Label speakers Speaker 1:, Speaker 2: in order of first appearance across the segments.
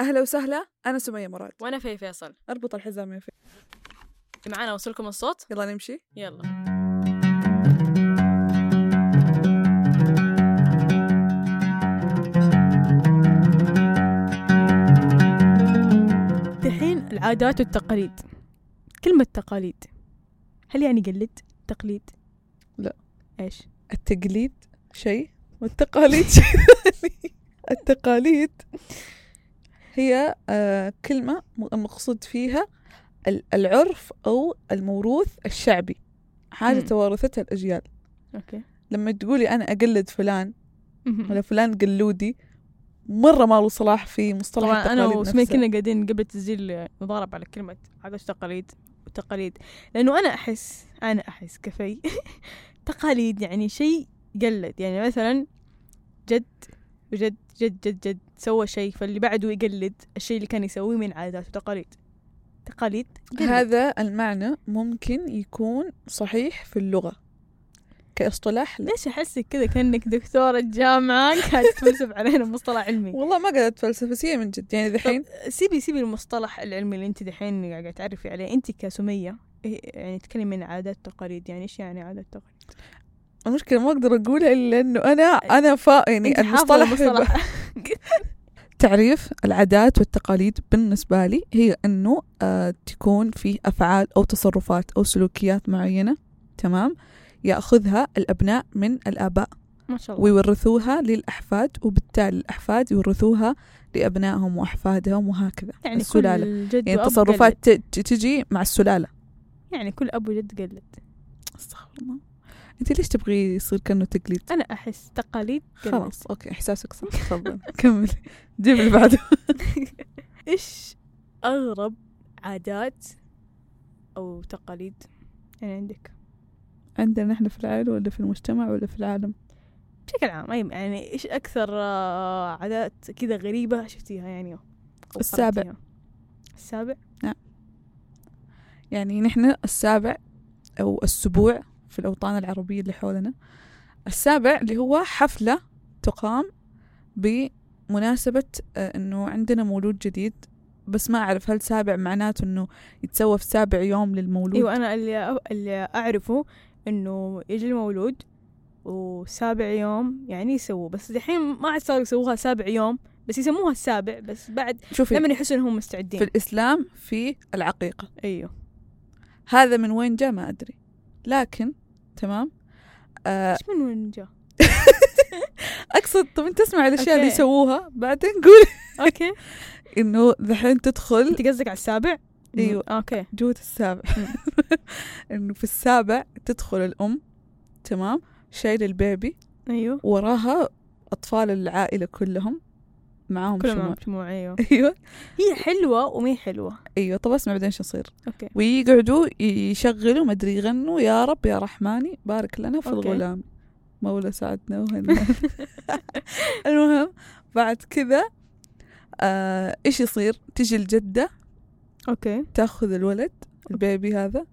Speaker 1: أهلا وسهلا أنا سمية مراد
Speaker 2: وأنا في فيصل
Speaker 1: أربط الحزام يا في
Speaker 2: معانا وصلكم الصوت
Speaker 1: يلا نمشي
Speaker 2: يلا
Speaker 3: دحين العادات والتقاليد كلمة تقاليد هل يعني قلد تقليد
Speaker 1: لا.
Speaker 3: إيش
Speaker 1: التقليد شيء والتقاليد شيء ثاني التقاليد هي آه، كلمة م- مقصود فيها ال- العرف أو الموروث الشعبي حاجة
Speaker 3: مم.
Speaker 1: توارثتها الأجيال
Speaker 3: أوكي
Speaker 1: لما تقولي أنا أقلد فلان ولا فلان قلودي مرة ما له صلاح في مصطلح
Speaker 3: طبعا أنا
Speaker 1: التقاليد
Speaker 3: وسمية
Speaker 1: نفسه.
Speaker 3: كنا قاعدين قبل التسجيل نضارب على كلمة عادات وتقاليد وتقاليد لأنه أنا أحس أنا أحس كفي تقاليد يعني شيء قلد يعني مثلا جد وجد جد جد جد سوى شيء فاللي بعده يقلد الشيء اللي كان يسويه من عادات وتقاليد تقاليد قلد.
Speaker 1: هذا المعنى ممكن يكون صحيح في اللغة كاصطلاح لا
Speaker 3: ليش احسك كذا كانك دكتورة جامعة قاعد تفلسف علينا مصطلح علمي
Speaker 1: والله ما قالت فلسفية من جد يعني ذحين
Speaker 3: سيبي سيبي المصطلح العلمي اللي انت دحين قاعدة تعرفي عليه انت كسمية إيه يعني تتكلمي عن عادات تقاليد يعني ايش يعني عادات تقاليد؟
Speaker 1: المشكلة ما أقدر أقولها إلا إنه أنا أنا فا يعني
Speaker 3: انت حافظة
Speaker 1: المصطلح في-
Speaker 3: المصطلح
Speaker 1: تعريف العادات والتقاليد بالنسبة لي هي أنه آه، تكون في أفعال أو تصرفات أو سلوكيات معينة تمام يأخذها الأبناء من الآباء
Speaker 3: ما شاء الله
Speaker 1: ويورثوها للأحفاد وبالتالي الأحفاد يورثوها لأبنائهم وأحفادهم وهكذا
Speaker 3: يعني
Speaker 1: السلالة
Speaker 3: كل جد
Speaker 1: يعني
Speaker 3: وأب
Speaker 1: تصرفات
Speaker 3: قلد.
Speaker 1: ت- ت- تجي مع السلالة
Speaker 3: يعني كل اب وجد قلد
Speaker 1: استغفر الله أنت ليش تبغي يصير كأنه تقليد؟
Speaker 3: انا احس تقاليد قلد
Speaker 1: خلاص أوكي إحساسك صح تفضل كمل جيب اللي بعده
Speaker 3: ايش اغرب عادات او تقاليد يعني عندك؟
Speaker 1: عندنا نحن في العائلة ولا في المجتمع ولا في العالم؟
Speaker 3: بشكل عام أي يعني ايش اكثر آه، عادات كذا غريبه شفتيها يعني أو
Speaker 1: السابع.
Speaker 3: قرأتيها؟ السابع
Speaker 1: يعني نحن السابع أو السبوع في الأوطان العربية اللي حولنا السابع اللي هو حفلة تقام بمناسبة آه، أنه عندنا مولود جديد بس ما أعرف هل سابع معناته أنه يتسوى في سابع يوم للمولود
Speaker 3: ايوه انا اللي, أ- اللي اعرفه انه يجي المولود وسابع يوم يعني يسووه بس الحين ما عاد صاروا يسووها سابع يوم بس يسموها السابع بس بعد
Speaker 1: شوفي
Speaker 3: لما يحسوا انهم
Speaker 1: في
Speaker 3: مستعدين
Speaker 1: الإسلام في العقيقة
Speaker 3: ايوه
Speaker 1: هذا من وين جاء ما أدري لكن تمام آه،
Speaker 3: ايش من وين جاء؟
Speaker 1: أقصد طب أنت تسمع الأشياء اللي
Speaker 3: أوكي.
Speaker 1: يسووها بعدين قول
Speaker 3: اوكي
Speaker 1: إنه ذحين تدخل
Speaker 3: انت قصدك على السابع؟ إنه-
Speaker 1: أيوة.
Speaker 3: اوكي
Speaker 1: جوة السابع انه في السابع تدخل الام تمام شايل البيبي
Speaker 3: ايوه
Speaker 1: وراها اطفال العائله كلهم معاهم
Speaker 3: كلهم
Speaker 1: شموع
Speaker 3: مجموعة ايوه
Speaker 1: ايوه
Speaker 3: هي حلوه ومي حلوه
Speaker 1: ايوه طب اسمع بعدين شو يصير
Speaker 3: اوكي
Speaker 1: ويقعدوا يشغلوا مدري يغنوا يا رب يا رحماني بارك لنا في
Speaker 3: أوكي.
Speaker 1: الغلام مولى سعدنا وهنا المهم بعد كذا آه، ايش يصير تجي الجده
Speaker 3: اوكي
Speaker 1: تاخذ الولد البيبي هذا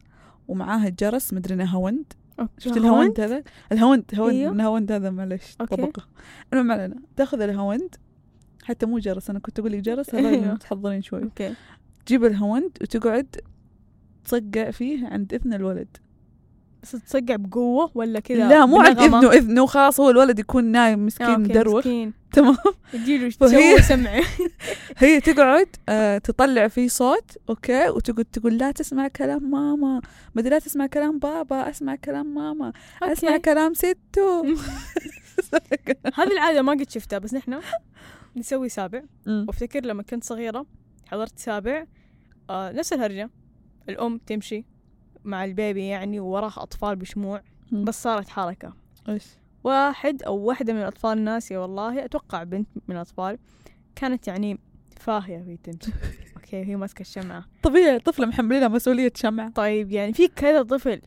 Speaker 1: ومعاها جرس مدري هوند
Speaker 3: أوكي.
Speaker 1: شفت الهوند هذا الهوند هوند
Speaker 3: أيوه.
Speaker 1: الهوند هذا معلش
Speaker 3: أوكي.
Speaker 1: طبقه المهم علينا تاخذ الهوند حتى مو جرس انا كنت اقول لك جرس هذا
Speaker 3: أيوه.
Speaker 1: إنه تحضرين شوي
Speaker 3: اوكي
Speaker 1: تجيب الهوند وتقعد تصقع فيه عند اذن الولد
Speaker 3: بس تصقع بقوة ولا كذا
Speaker 1: لا مو عند
Speaker 3: بنغمة؟
Speaker 1: اذنه اذنه خلاص هو الولد يكون نايم
Speaker 3: آه،
Speaker 1: مسكين
Speaker 3: أوكي،
Speaker 1: مدروخ
Speaker 3: مسكين
Speaker 1: تمام
Speaker 3: تجيله
Speaker 1: فهي-
Speaker 3: تسوي سمعه
Speaker 1: هي تقعد آه، تطلع فيه صوت اوكي وتقعد تقول لا تسمع كلام ماما مدري لا تسمع كلام بابا اسمع كلام ماما اسمع
Speaker 3: أوكي.
Speaker 1: كلام ستو
Speaker 3: هذه العادة ما قد شفتها بس نحن نسوي سابع
Speaker 1: مم.
Speaker 3: وافتكر لما كنت صغيرة حضرت سابع آه نفس الهرجة الأم تمشي مع البيبي يعني ووراها أطفال بشموع
Speaker 1: مم.
Speaker 3: بس صارت حركة
Speaker 1: ايش
Speaker 3: واحد أو واحدة من الأطفال ناسية والله أتوقع بنت من الأطفال كانت يعني فاهية وهي تمشي أوكي وهي ماسكة الشمعة
Speaker 1: طبيعي طفله محملينها مسؤوليه شمع
Speaker 3: طيب يعني في كذا طفل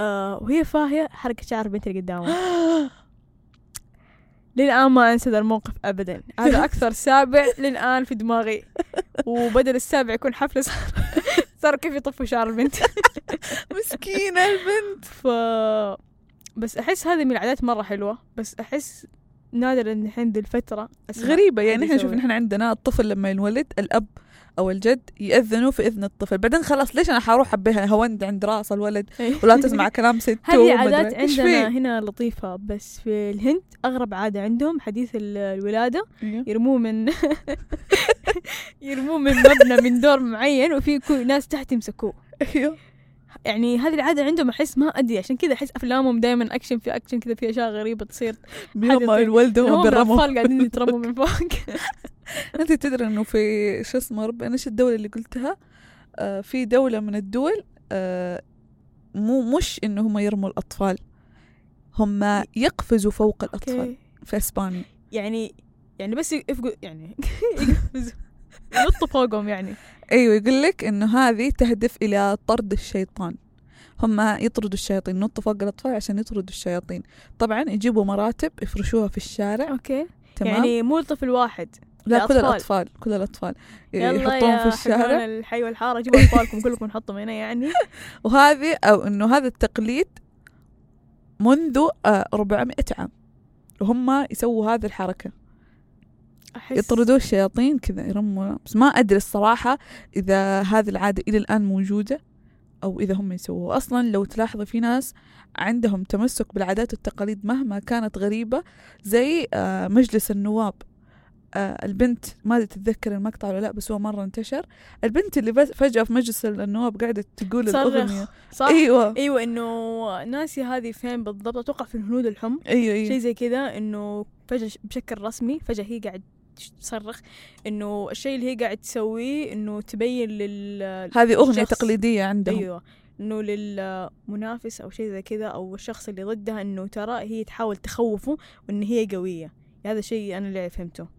Speaker 3: آه وهي فاهية حركة شعر البنت اللي قدامها للآن ما أنسى ذا الموقف أبدا هذا أكثر سابع للآن في دماغي وبدل السابع يكون حفلة صار صار كيف يطفوا شعر البنت
Speaker 1: مسكينه البنت
Speaker 3: ف بس أحس هذه من العادات مرة حلوة بس أحس نادر ان الحين ذي الفترة أسمع.
Speaker 1: غريبة يعني
Speaker 3: حد
Speaker 1: احنا شوف
Speaker 3: يسوي.
Speaker 1: احنا عندنا الطفل لما ينولد الأب أو الجد يأذنوا في إذن الطفل بعدين خلاص ليش أنا حروح أبيها هوند عند رأس الولد
Speaker 3: إيه.
Speaker 1: ولا تسمع كلام سته
Speaker 3: هذه
Speaker 1: وما
Speaker 3: عادات
Speaker 1: أدري إيش فيه؟
Speaker 3: عندنا هنا لطيفة بس في الهند أغرب عادة عندهم حديث ال- الولادة
Speaker 1: أيوه.
Speaker 3: يرموه من يرموه من مبنى من دور معين وفي كو- ناس تحت يمسكوه
Speaker 1: أيوه
Speaker 3: يعني هذه العادة عندهم أحس ما أدري عشان كذا أحس أفلامهم دايما أكشن في أكشن كذا في أشياء غريبة تصير
Speaker 1: بيوم
Speaker 3: يطير.
Speaker 1: الولد
Speaker 3: هم
Speaker 1: هم بيرموا
Speaker 3: الأطفال قاعدين يترموا من فوق
Speaker 1: أنت تدري إنه في شو اسمه ربي أنا إيش الدولة اللي قلتها آه في دولة من الدول آه مو مش إنه هم يرموا الأطفال هم يقفزوا فوق الأطفال
Speaker 3: أوكي.
Speaker 1: في إسبانيا
Speaker 3: يعني يعني بس يفقوا يعني يقفزوا. ينطوا فوقهم يعني
Speaker 1: ايوه يقول لك انه هذه تهدف الى طرد الشيطان هم يطردوا الشياطين نط فوق الاطفال عشان يطردوا الشياطين طبعا يجيبوا مراتب يفرشوها في الشارع
Speaker 3: اوكي
Speaker 1: تمام يعني
Speaker 3: يعني مو طفل واحد
Speaker 1: لا كل
Speaker 3: الأطفال.
Speaker 1: الاطفال كل الاطفال
Speaker 3: يلا
Speaker 1: إيه، يحطوهم
Speaker 3: يا
Speaker 1: في الشارع
Speaker 3: حيوان الحي والحارة جيبوا أطفالكم كلكم نحطهم هنا يعني
Speaker 1: وهذه او انه هذا التقليد منذ آه، 400 عام وهم يسووا هذه الحركة
Speaker 3: أحس
Speaker 1: يطردوا الشياطين كذا يرموا بس ما أدري الصراحة إذا هذه العادة إلى الآن موجودة أو إذا هم يسووها أصلا لو تلاحظوا في ناس عندهم تمسك بالعادات والتقاليد مهما كانت غريبة زي آه، مجلس النواب آه، البنت ما أدري تتذكر المقطع ولا لا بس هو مرة انتشر البنت اللي بس- فجأة في مجلس النواب قاعدة تقول
Speaker 3: تصرخ.
Speaker 1: الأغنية
Speaker 3: صح
Speaker 1: أيوة
Speaker 3: ايوه انه ناسي هذه فين بالضبط اتوقع في الهنود الحمر
Speaker 1: أيوة
Speaker 3: شيء
Speaker 1: أيوة
Speaker 3: زي كذا انه فجاه ش- بشكل رسمي فجاه هي قاعد تش- تصرخ انه الشيء اللي هي قاعد تسويه انه تبين لل
Speaker 1: هذه أغنية
Speaker 3: شخص.
Speaker 1: تقليدية عندهم
Speaker 3: ايوه انه للمنافس او شيء زي كذا او الشخص اللي ضدها انه ترى هي تحاول تخوفه وان هي قويه هذا شيء انا اللي فهمته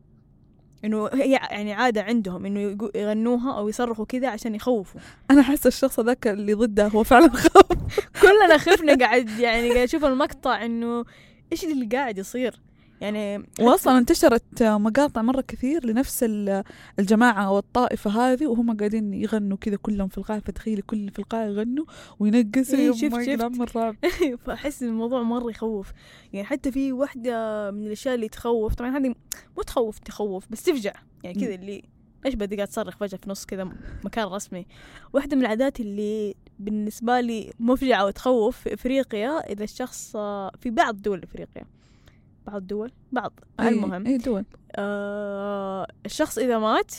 Speaker 3: انه هي يعني عاده عندهم انه يقو- يغنوها او يصرخوا كذا عشان يخوفوا
Speaker 1: أنا حاسة الشخص ذاك اللي ضده هو فعلا خوف
Speaker 3: كلنا خفنا قاعد يعني قاعد اشوف المقطع انه ايش اللي قاعد يصير يعني
Speaker 1: واصلا انتشرت مقاطع مره كثير لنفس ال- الجماعه او الطائفه هذه وهم قاعدين يغنوا كذا كلهم في القاعه فتخيلي كل في القاعه يغنوا وينقصوا
Speaker 3: إيه،
Speaker 1: يا
Speaker 3: شفت-
Speaker 1: ما
Speaker 3: شفت. إيه،
Speaker 1: يقلع من الرعب
Speaker 3: فاحس إن الموضوع مره يخوف يعني حتى في واحده من الاشياء اللي تخوف طبعا هذه مو تخوف تخوف بس تفجع يعني كذا اللي ايش بدي قاعد تصرخ فجاه في نص كذا مكان رسمي واحده من العادات اللي بالنسبه لي مفجعه وتخوف في افريقيا اذا الشخص في بعض دول افريقيا بعض الدول بعض
Speaker 1: إيه،
Speaker 3: المهم
Speaker 1: اي دول
Speaker 3: آه الشخص اذا مات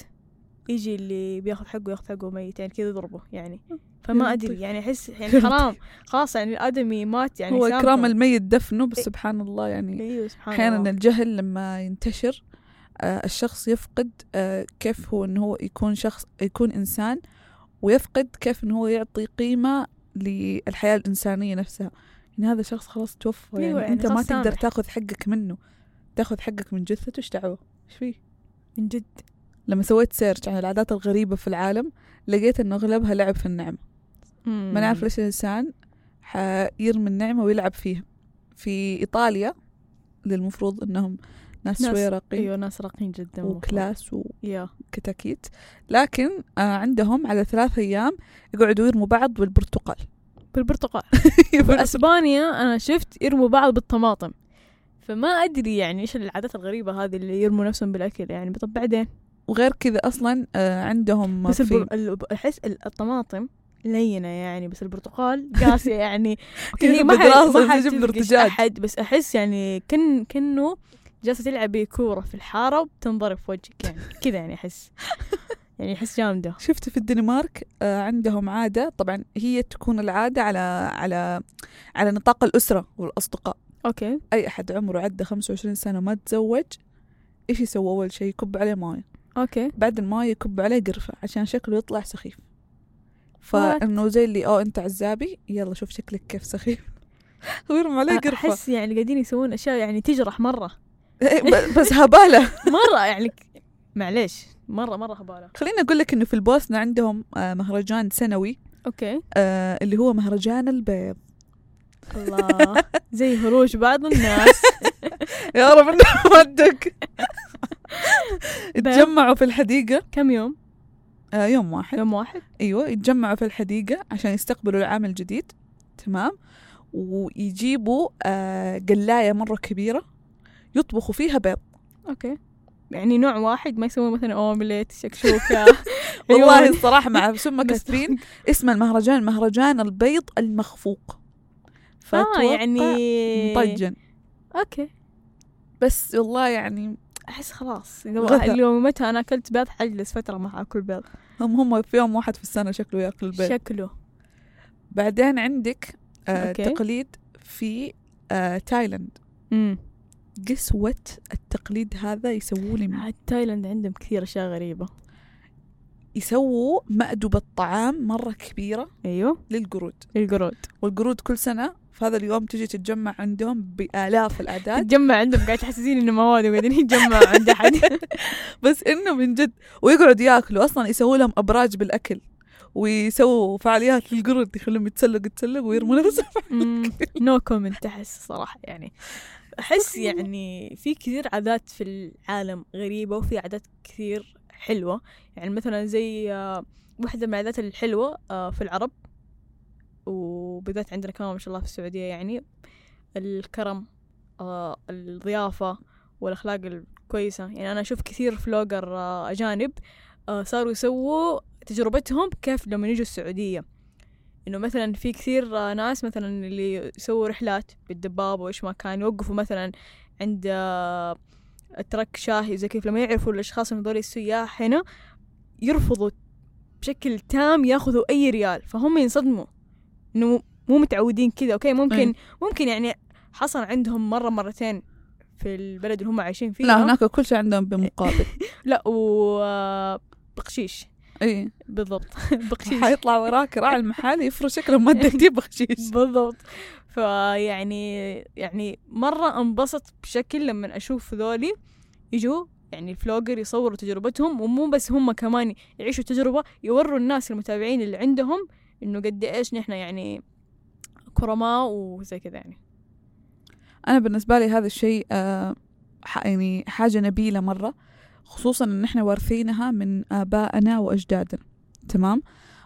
Speaker 3: يجي اللي بياخذ حقه ياخذ حقه ميت يعني كذا يضربه يعني فما
Speaker 1: يا
Speaker 3: ادري
Speaker 1: لطيف.
Speaker 3: يعني احس
Speaker 1: يا
Speaker 3: يعني
Speaker 1: لطيف.
Speaker 3: حرام خلاص يعني الادمي مات يعني إيه.
Speaker 1: هو
Speaker 3: سامحه.
Speaker 1: اكرام الميت دفنه بس سبحان الله يعني
Speaker 3: ايوه سبحان
Speaker 1: احيانا
Speaker 3: الله
Speaker 1: الجهل لما ينتشر آه، الشخص يفقد آه، كيف هو انه هو يكون شخص يكون انسان ويفقد كيف انه هو يعطي قيمه للحياه الانسانيه نفسها ان هذا شخص خلاص توفى يعني,
Speaker 3: أيوة،
Speaker 1: يعني
Speaker 3: يعني
Speaker 1: انت ما
Speaker 3: خلاص
Speaker 1: تقدر
Speaker 3: سامح.
Speaker 1: تاخذ حقك منه تاخذ حقك من جثته ايش دعوه ايش فيه
Speaker 3: من جد
Speaker 1: لما سويت سيرش عن العادات الغريبه في العالم لقيت انه اغلبها لعب في النعم ما نعرف ليش الإنسان حيرمي النعمة ويلعب فيها في إيطاليا للمفروض إنهم ناس,
Speaker 3: ناس-
Speaker 1: شوي راقين
Speaker 3: ايوه ناس راقين جدا والله.
Speaker 1: وكلاس
Speaker 3: يا
Speaker 1: وكتاكيت لكن آه عندهم على ثلاث أيام يقعدوا يرموا بعض بالبرتقال
Speaker 3: بالبرتقال اسبانيا انا شفت يرموا بعض بالطماطم فما ادري يعني ايش العادات الغريبه هذه اللي يرموا نفسهم بالاكل يعني طب بعدين
Speaker 1: وغير كذا أصلا آه عندهم
Speaker 3: بس
Speaker 1: في
Speaker 3: الب- ال- احس ال- الطماطم لينه يعني بس البرتقال قاسيه يعني أوكي، هي ما
Speaker 1: بالدراسة
Speaker 3: حد- ما حد
Speaker 1: بيجيب له
Speaker 3: تفقش
Speaker 1: ارتجاج.
Speaker 3: احد بس احس يعني كن كنه جالسه تلعبي كوره في الحاره وبتنضرب في وجهك يعني كذا يعني احس يعني احس جامده
Speaker 1: شفت في الدنمارك آه، عندهم عادة طبعا هي تكون العادة على على على نطاق الأسرة والأصدقاء
Speaker 3: اوكي
Speaker 1: أي أحد عمره عدى 25 سنة ما تزوج إيش يسوي أول شيء يكب عليه ماي
Speaker 3: اوكي
Speaker 1: بعد الماي يكب عليه قرفة عشان شكله يطلع سخيف فإنه زي اللي أو أنت عزابي يلا شوف شكلك كيف سخيف ويرمى عليه قرفة
Speaker 3: احس يعني قاعدين يسوون اشياء يعني تجرح مره
Speaker 1: إيه، ب- بس هبالة
Speaker 3: مره يعني ك- معليش مره مره هباله
Speaker 1: خليني أقول لك إنه في البوسنة عندهم آه، مهرجان سنوي
Speaker 3: اوكي
Speaker 1: آه، اللي هو مهرجان البيض
Speaker 3: الله زي هروج بعض الناس
Speaker 1: يا رب انه مدك يتجمعوا في الحديقة
Speaker 3: كم يوم
Speaker 1: آه، يوم واحد
Speaker 3: يوم واحد
Speaker 1: ايوه يتجمعوا في الحديقه عشان يستقبلوا العام الجديد تمام ويجيبوا آه قلايه مره كبيره يطبخوا فيها بيض
Speaker 3: اوكي يعني نوع واحد ما يسوون مثلا اومليت شكشوكه
Speaker 1: والله
Speaker 3: عيون.
Speaker 1: الصراحة مع سمة
Speaker 3: بس
Speaker 1: كسرين اسم المهرجان مهرجان البيض المخفوق
Speaker 3: اه
Speaker 1: فأتوقع
Speaker 3: يعني
Speaker 1: مطجن
Speaker 3: اوكي
Speaker 1: بس والله يعني
Speaker 3: احس خلاص لو
Speaker 1: غثى.
Speaker 3: لو متى انا اكلت بيض حجلس فتره ما اكل بيض
Speaker 1: هم هم في يوم واحد في السنة شكله ياكل البيض
Speaker 3: شكله
Speaker 1: بعدين عندك آه
Speaker 3: أوكي.
Speaker 1: تقليد في آه تايلاند
Speaker 3: امم
Speaker 1: قسوة التقليد هذا يسووا لي
Speaker 3: عاد تايلاند عندهم كثير اشياء غريبه
Speaker 1: يسووا مأدبة طعام مرة كبيرة
Speaker 3: ايوه
Speaker 1: للقرود
Speaker 3: القرود
Speaker 1: والقرود كل سنة في هذا اليوم تجي تتجمع عندهم بآلاف الأعداد
Speaker 3: تتجمع عندهم قاعد تحسسين انه مواد وقاعدين يتجمعوا عند احد
Speaker 1: بس انه من جد ويقعدوا ياكلوا اصلا يسووا لهم ابراج بالاكل ويسووا فعاليات للقرد يخليهم يتسلق يتسلق ويرموا نفسهم
Speaker 3: نو كومنت احس صراحه يعني احس يعني في كثير عادات في العالم غريبه وفي عادات كثير حلوه يعني مثلا زي آه، واحده من العادات الحلوه آه، في العرب وبالذات عندنا كمان ما شاء الله في السعوديه يعني الكرم آه، الضيافه والاخلاق الكويسه يعني انا اشوف كثير فلوجر آه، اجانب آه، صاروا يسووا تجربتهم كيف لما يجوا السعوديه انه مثلا في كثير آه، ناس مثلا اللي يسووا رحلات بالدبابه وايش ما كان يوقفوا مثلا عند آه، ترك شاهي وزي كيف لما يعرفوا الاشخاص انه هذول السياح هنا يرفضوا بشكل تام ياخذوا اي ريال فهم ينصدموا انه مو- مو متعودين كذا اوكي ممكن
Speaker 1: أي.
Speaker 3: ممكن يعني حصل عندهم مره مرتين في البلد اللي هم عايشين فيه
Speaker 1: لا هناك كل شيء عندهم بمقابل
Speaker 3: لا و آه، بقشيش
Speaker 1: اي
Speaker 3: بالضبط بقشيش
Speaker 1: حيطلع وراك راعي المحل يفرش شكله ما تجيب بخشيش
Speaker 3: بالضبط فيعني يعني مرة انبسط بشكل لما أشوف ذولي يجوا يعني الفلوجر يصوروا تجربتهم ومو بس هم كمان يعيشوا تجربة يوروا الناس المتابعين اللي عندهم إنه قد إيش نحن يعني كرماء وزي كذا يعني
Speaker 1: انا بالنسبه لي هذا الشيء آه، ح- يعني حاجه نبيله مره خصوصا ان احنا وارثينها من ابائنا واجدادنا تمام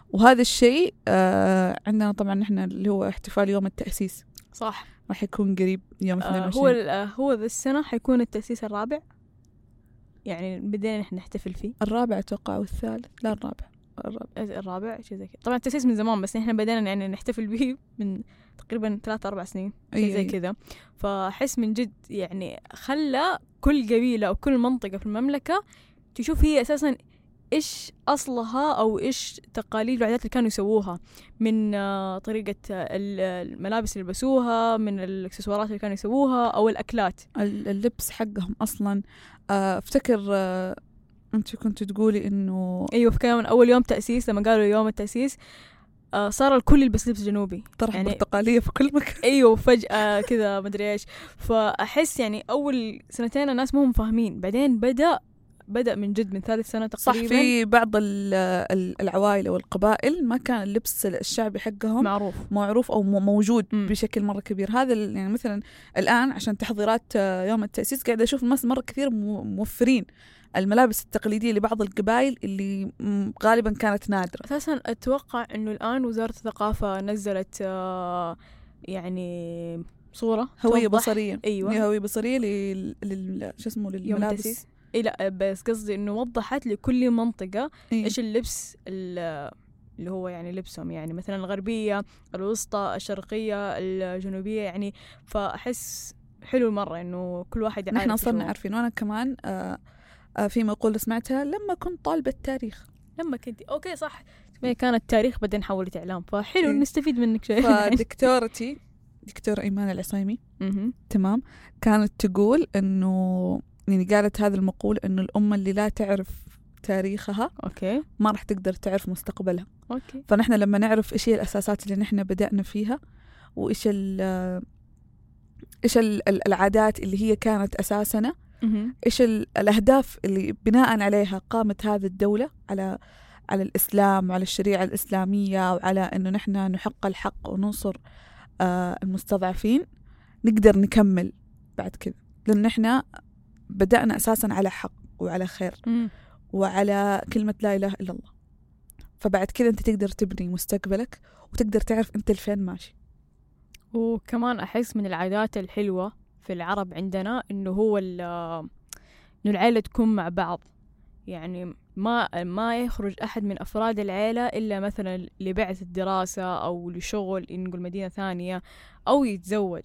Speaker 1: وهذا الشيء آه، عندنا طبعا احنا اللي هو احتفال يوم التاسيس
Speaker 3: صح
Speaker 1: راح يكون قريب يوم
Speaker 3: آه
Speaker 1: 22
Speaker 3: هو ال- آه هو ذا السنة حيكون التأسيس الرابع يعني بدينا نحن نحتفل فيه
Speaker 1: الرابع اتوقع والثالث لا الرابع الرابع
Speaker 3: الرابع شيء زي كذا طبعا التأسيس من زمان بس احنا بدينا يعني نحتفل به من تقريبا ثلاثة أربع سنين
Speaker 1: إيه،
Speaker 3: شيء
Speaker 1: يعني
Speaker 3: زي كذا فأحس من جد يعني خلى كل قبيلة أو كل منطقة في المملكة تشوف هي أساسا إيش أصلها أو إيش تقاليد والعادات اللي كانوا يسووها من آه، طريقة آه، ال- الملابس اللي لبسوها من الإكسسوارات اللي كانوا يسووها أو الأكلات
Speaker 1: ال- اللبس حقهم اصلا آه، افتكر آه، انت كنت تقولي انه
Speaker 3: أيوة في كمان أول يوم تأسيس لما قالوا يوم التأسيس آه، صار الكل يلبس لبس جنوبي
Speaker 1: طرح
Speaker 3: يعني-
Speaker 1: برتقاليه في كل مكان
Speaker 3: ايوه فجأة كذا مدري ايش فاحس يعني اول سنتين الناس ما هم فاهمين بعدين بدا بدا من جد من ثالث سنه
Speaker 1: صح
Speaker 3: تقريبا
Speaker 1: في بعض ال- ال- العوائل او القبائل ما كان اللبس الشعبي حقهم
Speaker 3: معروف
Speaker 1: معروف او مو- موجود
Speaker 3: نعم. مم.
Speaker 1: بشكل مره كبير هذا ال- يعني مثلا الان عشان تحضيرات آه، يوم التاسيس قاعده اشوف ناس مره كثير مو- موفرين الملابس التقليديه لبعض القبائل اللي مم، غالبا كانت نادره
Speaker 3: اساسا اتوقع انه الان وزاره الثقافه نزلت آه، يعني صوره
Speaker 1: هويه
Speaker 3: توضح-
Speaker 1: بصريه
Speaker 3: ايوه
Speaker 1: هي هويه بصريه لل, لل... شو اسمه
Speaker 3: يوم
Speaker 1: للملابس
Speaker 3: التأسيس اي إيه، لا بس قصدي انه وضحت لكل منطقه
Speaker 1: إيه.
Speaker 3: ايش اللبس ال- اللي هو يعني لبسهم يعني مثلا الغربيه الوسطى الشرقيه الجنوبيه يعني فاحس حلو مره انه كل واحد عارف
Speaker 1: نحن
Speaker 3: إيش
Speaker 1: صرنا
Speaker 3: هو.
Speaker 1: عارفين وانا كمان آه آه في مقولة سمعتها لما كنت طالبة تاريخ
Speaker 3: لما كنت اوكي صح ما هي كانت تاريخ إيه، بعدين حولت اعلام فحلو
Speaker 1: إيه.
Speaker 3: نستفيد منك شيء
Speaker 1: فدكتورتي دكتورة إيمان العصيمي
Speaker 3: مهم.
Speaker 1: تمام كانت تقول إنه يعني قالت هذا المقول إنه الأمة اللي لا تعرف تاريخها
Speaker 3: اوكي
Speaker 1: ما راح تقدر تعرف مستقبلها
Speaker 3: اوكي
Speaker 1: فنحن لما نعرف إيش هي الأساسات اللي نحن بدأنا فيها وإيش ال إيش ال- ال- العادات اللي هي كانت أساسنا
Speaker 3: مهم.
Speaker 1: ايش ال- الاهداف اللي بناء عليها قامت هذه الدوله على على الاسلام وعلى الشريعه الاسلاميه وعلى انه نحن نحق الحق وننصر آه المستضعفين نقدر نكمل بعد كذا لان نحن بدانا اساسا على حق وعلى خير
Speaker 3: مم.
Speaker 1: وعلى كلمه لا اله الا الله فبعد كذا انت تقدر تبني مستقبلك وتقدر تعرف انت لفين ماشي
Speaker 3: وكمان احس من العادات الحلوه في العرب عندنا انه هو ال- انه العيله تكون مع بعض يعني ما ما يخرج احد من افراد العيله الا مثلا لبعثه دراسه او لشغل ينقل مدينه ثانيه او يتزوج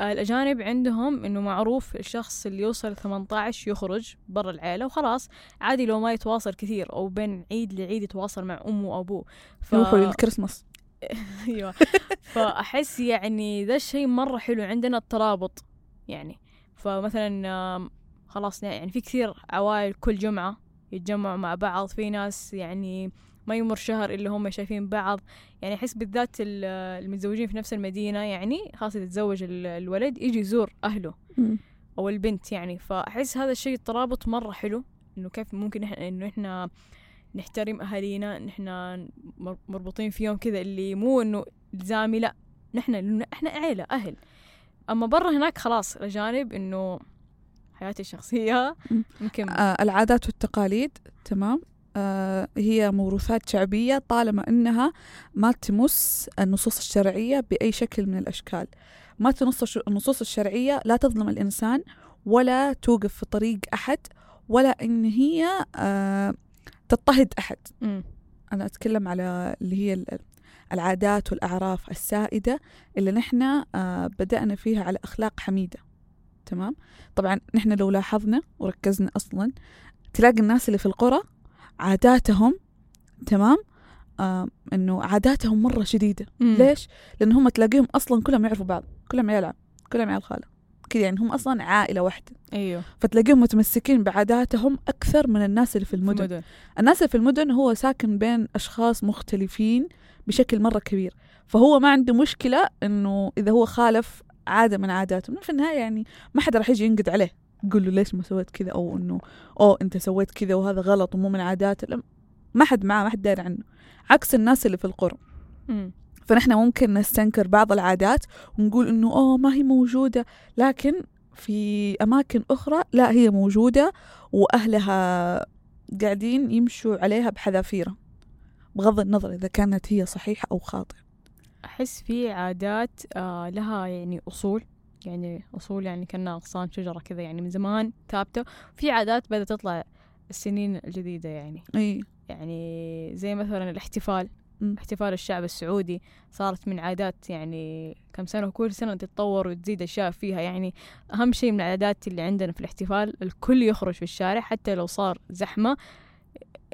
Speaker 3: الأجانب عندهم إنه معروف الشخص اللي يوصل 18 يخرج برا العيلة وخلاص عادي لو ما يتواصل كثير أو بين عيد لعيد يتواصل مع أمه وأبوه ف...
Speaker 1: يروحوا للكريسماس
Speaker 3: ايوه فاحس يعني ذا الشيء مره حلو عندنا الترابط يعني فمثلا آم، خلاص يعني في كثير عوائل كل جمعه يتجمعوا مع بعض في ناس يعني ما يمر شهر الا هم شايفين بعض يعني احس بالذات ال- آه، المتزوجين في نفس المدينه يعني خاصه يتزوج ال- الولد يجي يزور اهله او البنت يعني فاحس هذا الشيء الترابط مره حلو انه كيف ممكن احنا انه احنا نحترم اهالينا نحن مر- مربوطين فيهم كذا اللي مو انه الزامي لا نحن لأنه احنا عيله اهل اما برا هناك خلاص الاجانب انه حياتي الشخصيه
Speaker 1: مم.
Speaker 3: يمكن
Speaker 1: آه العادات والتقاليد تمام آه هي موروثات شعبية طالما أنها ما تمس النصوص الشرعية بأي شكل من الأشكال ما تنص النصوص الشرعية لا تظلم الإنسان ولا توقف في طريق أحد ولا أن هي آه تضطهد أحد
Speaker 3: مم.
Speaker 1: أنا أتكلم على اللي هي ال- العادات والأعراف السائدة اللي نحن آه، بدأنا فيها على أخلاق حميدة تمام طبعا نحن لو لاحظنا وركزنا أصلا تلاقي الناس اللي في القرى عاداتهم تمام آه، انه عاداتهم مره شديده
Speaker 3: مم.
Speaker 1: ليش لان هم تلاقيهم اصلا كلهم يعرفوا بعض كلهم يلعب كلهم عيال خاله كذا يعني هم اصلا عائله واحده
Speaker 3: ايوه
Speaker 1: فتلاقيهم متمسكين بعاداتهم اكثر من الناس اللي في
Speaker 3: في
Speaker 1: المدن
Speaker 3: المدن
Speaker 1: الناس اللي في المدن هو ساكن بين أشخاص مختلفين بشكل مرة كبير فهو ما عنده مشكلة إنه إذا هو خالف عادة من عاداتهم في النهاية يعني ما حدا راح يجي ينقد عليه يقول له ليش ما سويت كذا أو إنه أو أنت سويت كذا وهذا غلط ومو من عاداته لا، ما حد معاه ما حد داري عنه عكس الناس اللي في القرى
Speaker 3: مم.
Speaker 1: فنحن ممكن نستنكر بعض العادات ونقول انه اه ما هي موجوده لكن في اماكن اخرى لا هي موجوده واهلها قاعدين يمشوا عليها بحذافيره بغض النظر اذا كانت هي صحيحه او خاطئه
Speaker 3: احس في عادات آه لها يعني اصول يعني اصول يعني كانها اغصان شجره كذا يعني من زمان ثابته في عادات بدات تطلع السنين الجديده يعني
Speaker 1: اي
Speaker 3: يعني زي مثلا الاحتفال
Speaker 1: مم.
Speaker 3: احتفال الشعب السعودي صارت من عادات يعني كم سنة وكل سنة تتطور وتزيد أشياء فيها يعني أهم شيء من العادات اللي عندنا في الاحتفال الكل يخرج في الشارع حتى لو صار زحمة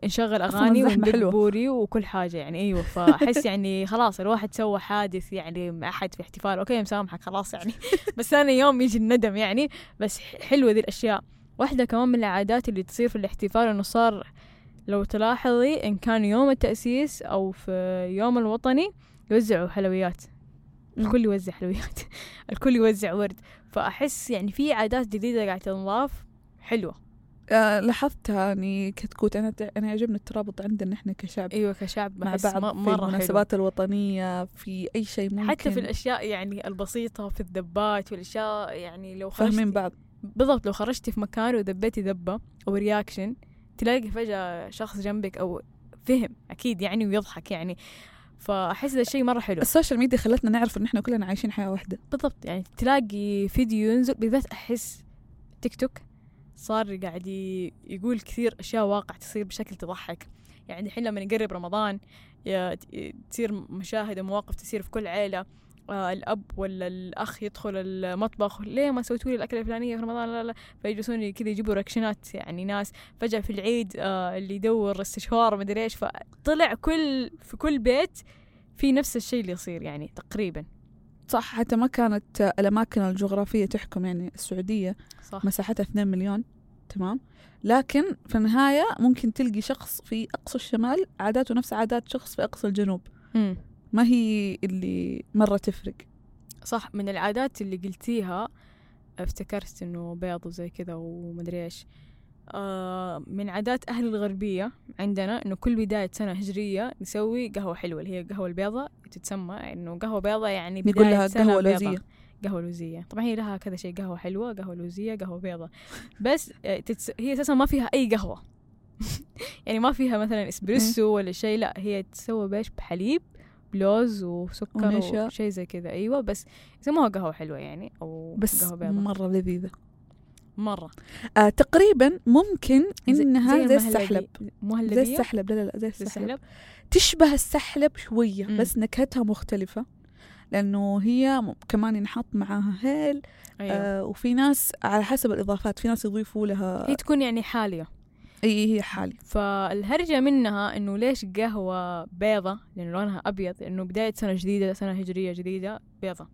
Speaker 3: نشغل
Speaker 1: أصلاً
Speaker 3: أغاني
Speaker 1: الزحمة
Speaker 3: وندق
Speaker 1: حلوة.
Speaker 3: بوري وكل حاجة يعني أيوة فأحس يعني خلاص الواحد سوى حادث يعني مع أحد في احتفال أوكي مسامحك خلاص يعني بس أنا يوم يجي الندم يعني بس ح- حلوة ذي الأشياء واحدة كمان من العادات اللي تصير في الاحتفال إنه صار لو تلاحظي إن كان يوم التأسيس أو في يوم الوطني يوزعوا حلويات
Speaker 1: مم.
Speaker 3: الكل يوزع حلويات الكل يوزع ورد فأحس يعني في عادات جديدة قاعدة تنضاف حلوة
Speaker 1: آه لاحظتها يعني كتكوت انا انا يعجبني الترابط عندنا احنا كشعب
Speaker 3: أيوة كشعب
Speaker 1: مع
Speaker 3: بحس
Speaker 1: بعض
Speaker 3: م-
Speaker 1: في
Speaker 3: مرة حلو.
Speaker 1: المناسبات الوطنيه في اي شيء ممكن
Speaker 3: حتى في الأشياء يعني البسيطة في الدبات والأشياء يعني لو خرجتي
Speaker 1: فاهمين بعض
Speaker 3: بالضبط لو خرجتي في مكان ودبيتي دبة أو رياكشن تلاقي فجأة شخص جنبك أو فهم أكيد يعني ويضحك يعني فأحس ذا الشيء مرة حلو
Speaker 1: السوشيال ميديا خلتنا نعرف ان احنا كلنا عايشين حياه واحده
Speaker 3: بالضبط يعني تلاقي فيديو ينزل بالذات احس تيك توك صار قاعد ي- يقول كثير اشياء واقع تصير بشكل تضحك يعني الحين لما يقرب رمضان يا- ت- تصير مشاهد ومواقف تصير في كل عيله آه الاب ولا الاخ يدخل المطبخ ليه ما سويتوا لي الاكله الفلانيه في رمضان لا لا فيجلسون ي- كذا يجيبوا رياكشنات يعني ناس فجاه في العيد آه اللي يدور استشوار مدري ايش فطلع كل في كل بيت في نفس الشيء اللي يصير يعني تقريبا
Speaker 1: صح حتى ما كانت الأماكن الجغرافية تحكم يعني السعودية
Speaker 3: صح
Speaker 1: مساحتها 2 مليون تمام لكن في النهاية ممكن تلقي شخص في أقصى الشمال عاداته نفس عادات شخص في أقصى الجنوب
Speaker 3: مم.
Speaker 1: ما هي اللي مرة تفرق
Speaker 3: صح من العادات اللي قلتيها افتكرت انه بيض وزي كذا ومدري ايش آه من عادات اهل الغربية عندنا انه كل بداية سنة هجرية نسوي قهوة حلوة اللي هي القهوة البيضة تتسمى انه قهوة بيضة يعني بداية
Speaker 1: نقول لها
Speaker 3: سنة
Speaker 1: قهوة
Speaker 3: بيضة.
Speaker 1: لوزية
Speaker 3: قهوة لوزية طبعا هي لها كذا شيء قهوة حلوة قهوة لوزية قهوة بيضة بس آه، تتس... هي أساسا ما فيها أي قهوة يعني ما فيها مثلا إسبريسو ولا شيء لا هي تسوى بيش بحليب بلوز وسكر
Speaker 1: ونشا.
Speaker 3: وشيء زي كذا ايوه بس يسموها قهوه حلوه يعني او
Speaker 1: بس
Speaker 3: قهوه بيضاء
Speaker 1: مرة لذيذة
Speaker 3: مره
Speaker 1: آه تقريبا ممكن
Speaker 3: زي-
Speaker 1: إنها زي
Speaker 3: المهلبي-
Speaker 1: السحلب
Speaker 3: مهلبيه
Speaker 1: زي السحلب لا لا لا زي
Speaker 3: زي
Speaker 1: السحلب
Speaker 3: السحلب
Speaker 1: تشبه السحلب شوية
Speaker 3: مم.
Speaker 1: بس نكهتها مختلفة لأنه هي م- كمان ينحط معاها هيل
Speaker 3: ايوه
Speaker 1: آه وفي ناس على حسب الإضافات في ناس يضيفوا لها
Speaker 3: هي تكون يعني حاليه
Speaker 1: أي هي حالي
Speaker 3: فالهرجة منها إنه ليش قهوة بيضة لأن لونها أبيض لأنه بداية سنة جديدة سنة هجرية جديدة بيضة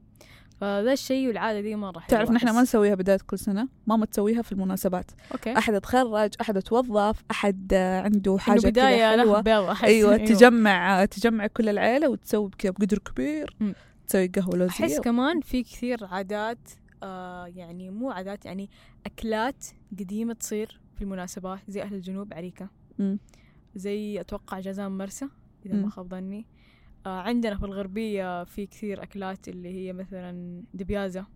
Speaker 3: فذا الشيء والعادة دي مرة حلوة
Speaker 1: تعرف نحن ما
Speaker 3: بس-
Speaker 1: نسويها بداية كل سنة ماما تسويها في المناسبات
Speaker 3: أوكي
Speaker 1: أحد اتخرج أحد اتوظف أحد آه، عنده حاجة
Speaker 3: إنه
Speaker 1: كذا
Speaker 3: بداية أيوة.
Speaker 1: حلوة
Speaker 3: له بيضة أحس
Speaker 1: ايوه تجمع تجمع كل العيله وتسوي كذا بقدر كبير
Speaker 3: مم.
Speaker 1: تسوي قهوه لوزيه
Speaker 3: أحس كمان في كثير عادات آه يعني مو عادات يعني أكلات قديمة تصير في المناسبات زي أهل الجنوب عريكة
Speaker 1: مم.
Speaker 3: زي أتوقع جازان مرسى إذا ما
Speaker 1: مم.
Speaker 3: خاب ظني آه عندنا في الغربية في كثير أكلات اللي هي مثلا دبيازة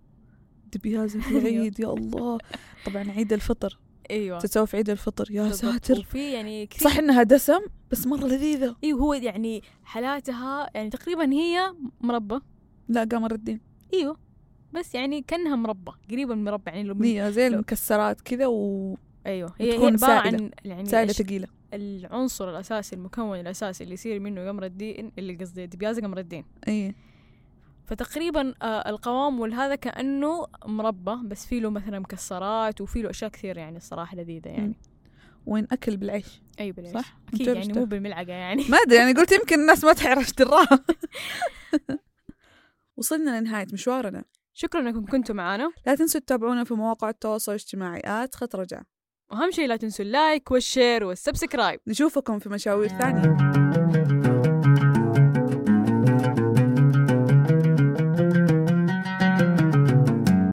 Speaker 1: دبيازه في
Speaker 3: أيوة.
Speaker 1: العيد يا الله طبعا عيد الفطر
Speaker 3: ايوه
Speaker 1: تتسوي في عيد الفطر يا
Speaker 3: بالضبط.
Speaker 1: ساتر
Speaker 3: وفي يعني كثير
Speaker 1: أيوة، صح انها دسم بس مره لذيذه
Speaker 3: اي هو يعني حالاتها يعني تقريبا هي مربى
Speaker 1: لا قمر الدين
Speaker 3: ايوه بس يعني كانها مربى قريبا من مربى يعني لو من-
Speaker 1: هي زي المكسرات كذا وسائله
Speaker 3: ايوه هي هي
Speaker 1: بتكون
Speaker 3: عباره
Speaker 1: سائلة.
Speaker 3: عن يعني الش-
Speaker 1: ثقيله
Speaker 3: العنصر الاساسي المكون الاساسي اللي يصير منه قمر الدين اللي قصدي دبيازه قمر الدين
Speaker 1: اي
Speaker 3: فتقريبا آه، القوام والهذا كانه مربى بس فيه له مثلا مكسرات وفيه له اشياء كثير يعني الصراحه لذيذه يعني
Speaker 1: مم. وين اكل بالعيش
Speaker 3: اي بالعيش
Speaker 1: صح؟
Speaker 3: اكيد
Speaker 1: مجرد
Speaker 3: يعني
Speaker 1: ده.
Speaker 3: مو بالملعقه يعني
Speaker 1: ما ادري يعني قلت يمكن الناس ما تعرف تراها وصلنا لنهايه مشوارنا
Speaker 3: شكرا انكم كنتوا معنا
Speaker 1: لا تنسوا تتابعونا في مواقع التواصل الاجتماعي آت خط رجع
Speaker 3: واهم شيء لا تنسوا اللايك والشير والسبسكرايب
Speaker 1: نشوفكم في مشاوير ثانيه